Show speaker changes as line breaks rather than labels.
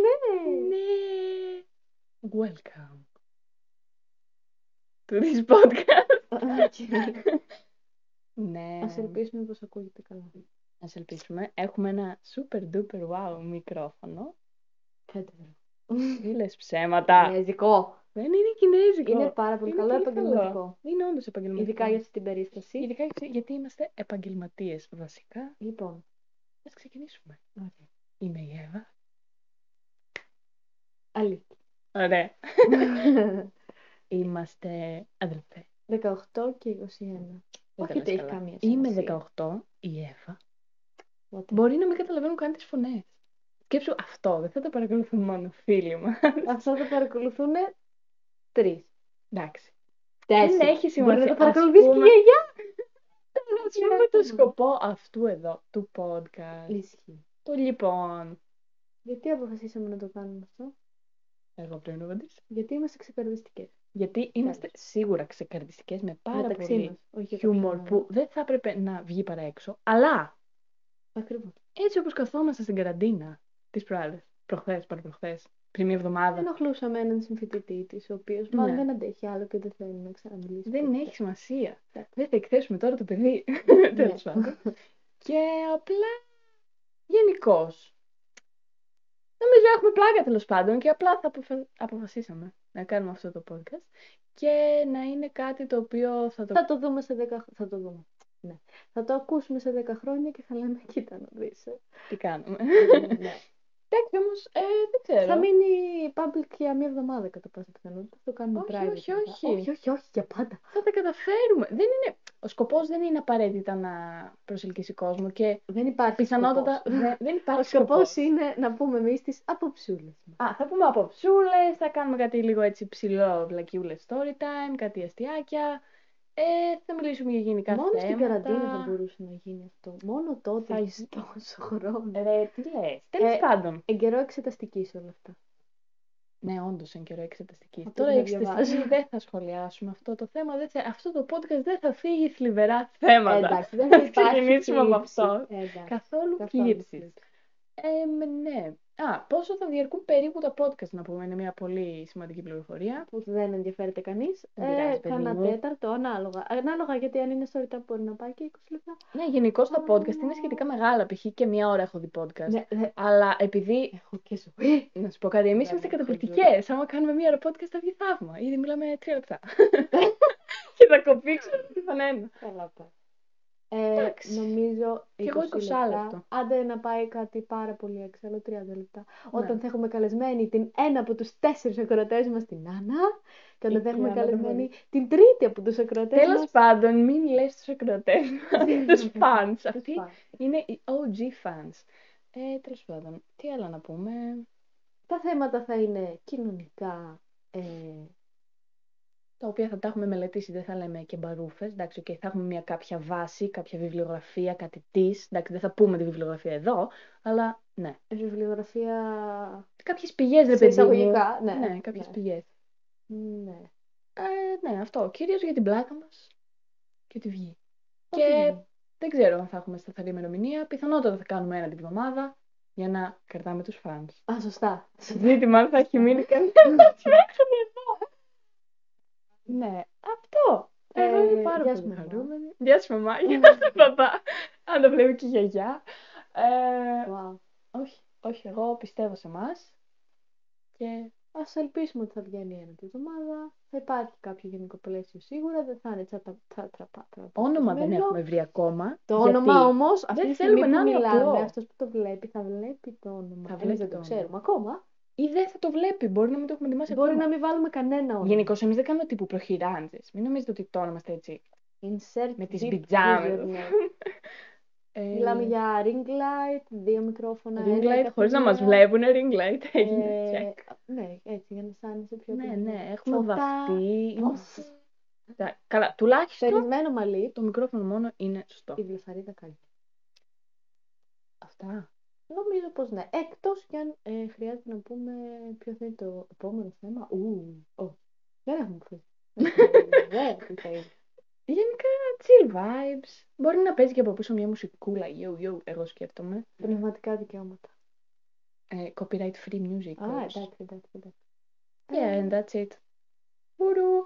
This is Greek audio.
Ναι.
Ναι.
Welcome. To this podcast. Ναι.
Ας ελπίσουμε πως ακούγεται καλά.
Ας ελπίσουμε. Έχουμε ένα super duper wow μικρόφωνο.
Τέτοιο.
Μη λες ψέματα.
Κινέζικο.
Ναι. Δεν είναι κινέζικο.
Είναι πάρα πολύ
Είναι
καλό
πολύ
επαγγελματικό.
καλό. Είναι όντως επαγγελματικό.
Ειδικά για αυτή την περίσταση.
Ειδικά για- γιατί είμαστε επαγγελματίες βασικά.
Λοιπόν.
Ας ξεκινήσουμε. Είμαι η Εύα.
Αλήθεια.
Ωραία. Είμαστε αδελφέ.
18 και 21.
Δεν
Όχι ότι
τα λες
έχει
καλά.
καμία
Είμαι
σημασία.
18, η Εύα.
Whatever.
Μπορεί να μην καταλαβαίνουν καν τις φωνές. Σκέψου αυτό, δεν θα τα παρακολουθούν μόνο φίλοι μας.
Αυτά θα παρακολουθούν τρεις.
Εντάξει.
Τέσσερι.
Δεν έχει
Μπορεί να
σημασία.
το παρακολουθήσει
Ας
και η
πούμε-
γιαγιά.
Ας πούμε το σκοπό αυτού εδώ, του podcast.
Ισχύει.
Το λοιπόν.
Γιατί αποφασίσαμε να το κάνουμε αυτό.
Εγώ πρέπει να απαντήσω.
Γιατί είμαστε ξεκαρδιστικές.
Γιατί είμαστε σίγουρα ξεκαρδιστικές με πάρα
Μεταξύ
πολύ
μας. Όχι
χιούμορ που δεν θα έπρεπε να βγει παρά έξω. Αλλά
Ακριβώς.
έτσι όπως καθόμαστε στην καραντίνα τις προάλλες, προχθές, παραπροχθές, πριν μια εβδομάδα,
Ενοχλούσαμε έναν συμφοιτητή της, ο οποίος μάλλον
Ναι.
δεν αντέχει άλλο και δεν θέλει να ξαναμιλήσει.
δεν
ποτέ.
έχει σημασία.
Εντάξει.
Δεν θα εκθέσουμε τώρα το παιδί.
Ναι.
Τέλος πάντων. Και απλά γενικώς. Νομίζω έχουμε πλάκα τέλος πάντων και απλά θα αποφα- αποφασίσαμε να κάνουμε αυτό το podcast και να είναι κάτι το οποίο θα το.
Θα το δούμε σε 10 χρόνια. Θα το δούμε. Ναι. Θα το ακούσουμε σε 10 χρόνια και θα λέμε: Κοίτα να ε». δει.
Τι κάνουμε. Ναι. Εντάξει, όμω δεν ξέρω.
Θα μείνει public για μία εβδομάδα κατά πάσα πιθανότητα. Θα το κάνουμε
Όχι,
private.
όχι,
μετά.
όχι.
όχι, όχι, όχι, για πάντα.
Θα τα καταφέρουμε. Δεν είναι... Ο σκοπός δεν είναι απαραίτητα να προσελκύσει κόσμο και
Δεν υπάρχει.
πιθανότατα
σκοπός.
δεν, δεν
Ναι. Ο
υπάρχει
σκοπός
σκοπός.
είναι να πούμε εμείς τις αποψούλες μας.
Α, θα πούμε απόψούλες, θα κάνουμε κάτι λίγο έτσι ψηλό, βλακιούλες story time, κάτι αστιάκια. Ε, θα μιλήσουμε για γενικά
Μόνος
θέματα.
στην καραντίνα θα μπορούσε να γίνει αυτό. Μόνο τότε
Θα
έχεις
γι-
τόσο χρόνο.
Ρε, τι λες. Τέλος
Ε,
πάντων.
Εν καιρό εξεταστικής όλα αυτά.
Ναι, όντως εν καιρό εξεταστικής.
Αυτό
Τώρα
δεν
η εξεταστική
διαβάζω.
δεν θα σχολιάσουμε αυτό το θέμα. Δεν θα- Αυτό το podcast δεν θα φύγει θλιβερά θέματα.
εντάξει, δεν θα
Ας
υπάρχει
ξεκινήσουμε από
θλίψη.
αυτό.
Ε, εντάξει,
Καθόλου
καθόλου
θλίψεις.
θλίψη.
Ε, μ, ναι. Α, πόσο θα διαρκούν περίπου τα podcast, να πούμε, είναι μια πολύ σημαντική πληροφορία.
Που δεν ενδιαφέρεται κανείς.
Δεν πειράζει,
Ε,
παιδί
κάνα
μου.
τέταρτο, ανάλογα. Ανάλογα γιατί αν είναι story time μπορεί να πάει και 20 λεπτά.
Ναι, γενικώ τα
Α.
podcast είναι σχετικά μεγάλα. Π.χ. και μία ώρα έχω δει podcast. Ε,
Ναι, ναι.
Αλλά επειδή
Έχω και ζωή.
Να σου πω κάτι, εμείς
Ναι,
είμαστε
ναι,
καταπληκτικές. Άμα κάνουμε μία ώρα podcast θα βγει θαύμα. Ήδη μιλάμε τρία λεπτά. και θα κοπεί, ξέρω τον ένα.
Καλά πάει. Ε,
Εντάξει.
νομίζω
Κι εγώ
20
20
λεπτά.
λεπτό.
Άντε να πάει κάτι πάρα πολύ έξω, άλλο 30 λεπτά.
Ναι.
Όταν θα έχουμε καλεσμένη την ένα από τους τέσσερις ακροατές μας, την Άννα. Και όταν
Η-
θα
η
έχουμε
Άννα δεν
καλεσμένη
μπορεί.
την τρίτη από τους ακροατές
Τέλος
μας.
πάντων, μην λες τους ακροτέ του fans.
τους
Αυτοί
fans.
είναι οι OG fans. Ε, Τέλος πάντων, τι άλλο να πούμε.
Τα θέματα θα είναι κοινωνικά, ε,
Τα οποία θα τα έχουμε μελετήσει, δεν θα λέμε και μπαρούφες. Εντάξει, okay, θα έχουμε μια κάποια βάση, κάποια βιβλιογραφία, κάτι της. Εντάξει, δεν θα πούμε τη βιβλιογραφία εδώ, αλλά ναι.
βιβλιογραφία
Κάποιες πηγές, ρε
σε
παιδί μου.
εισαγωγικά. Ναι,
Ναι, κάποιες πηγές.
ναι.
Ε, ναι, αυτό. Κυρίως για την πλάκα μας και τη βγή.
Ό,τι
Και
γίνει.
δεν ξέρω αν θα έχουμε σταθερή ημερομηνία. Πιθανότατα θα κάνουμε ένα την εβδομάδα για να κρατάμε τους φανς.
Α, σωστά.
Ζήτημα αν θα έχει μείνει κανένας μέχρι εδώ. Ναι, αυτό. Εγώ
Ε,
είμαι πάρα
γεια σου,
πολύ
μαμά. Ναι.
χαρούμενη. Γεια σου μαμά, γεια σου παπά. Αν το βλέπει και η γιαγιά. Ε,
Wow.
όχι, όχι, εγώ πιστεύω σε εμάς. Και
Ας ελπίσουμε ότι θα βγαίνει ένα τη εβδομάδα. Θα υπάρχει κάποιο γενικό πλαίσιο σίγουρα. Δεν θα είναι τσατα, τσατραπά.
όνομα δεν έχουμε βρει ακόμα.
Το
γιατί-
όνομα όμως, αυτή
δεν
τη στιγμή
θέλουμε
που
να είναι απλό.
μιλάμε, αυτός που το βλέπει, θα βλέπει το όνομα.
Θα
Εμείς
βλέπει
δεν
το
το
όνομα.
ξέρουμε ακόμα.
Ή δεν θα το βλέπει, μπορεί να μην το έχουμε ετοιμάσει
Μπορεί
ακόμα.
να μην βάλουμε κανένα όνομα.
Γενικώς, εμείς δεν κάνουμε τύπου προχειράντζε. Μην νομίζετε ότι το όνομα έτσι.
Insert
με τις
deep
πιτζάμες.
freezer, ναι.
Ε,
Μιλάμε για ring light, δύο μικρόφωνα.
Ring
ένα
light, χωρίς να μα
καθημερινά.
βλέπουν, ring light έγινε.
Ε,
check.
ναι, έτσι για να αισθάνεσαι πιο
Ναι,
κοντά.
ναι, έχουμε
φωτά,
βαφτεί.
πώς.
Τα- Καλά, τουλάχιστον
Περισμένο μαλλί,
το μικρόφωνο μόνο είναι σωστό.
η βλεφαρίδα καλή.
Αυτά.
Νομίζω πως ναι. Εκτός κι αν ε, χρειάζεται να πούμε ποιο θα είναι το επόμενο θέμα. Ου, ω, δεν έχουμε πει. Δεν έχουμε πει τι θα είναι.
Γενικά, Chill vibes. Μπορεί να παίζει και από πίσω μια μουσικούλα. Yo, yo, εγώ σκέφτομαι.
Πνευματικά δικαιώματα.
Ε, copyright free music.
Α,
of course.
εντάξει, εντάξει, εντάξει.
Yeah,
Ε,
and that's it. Ουρού.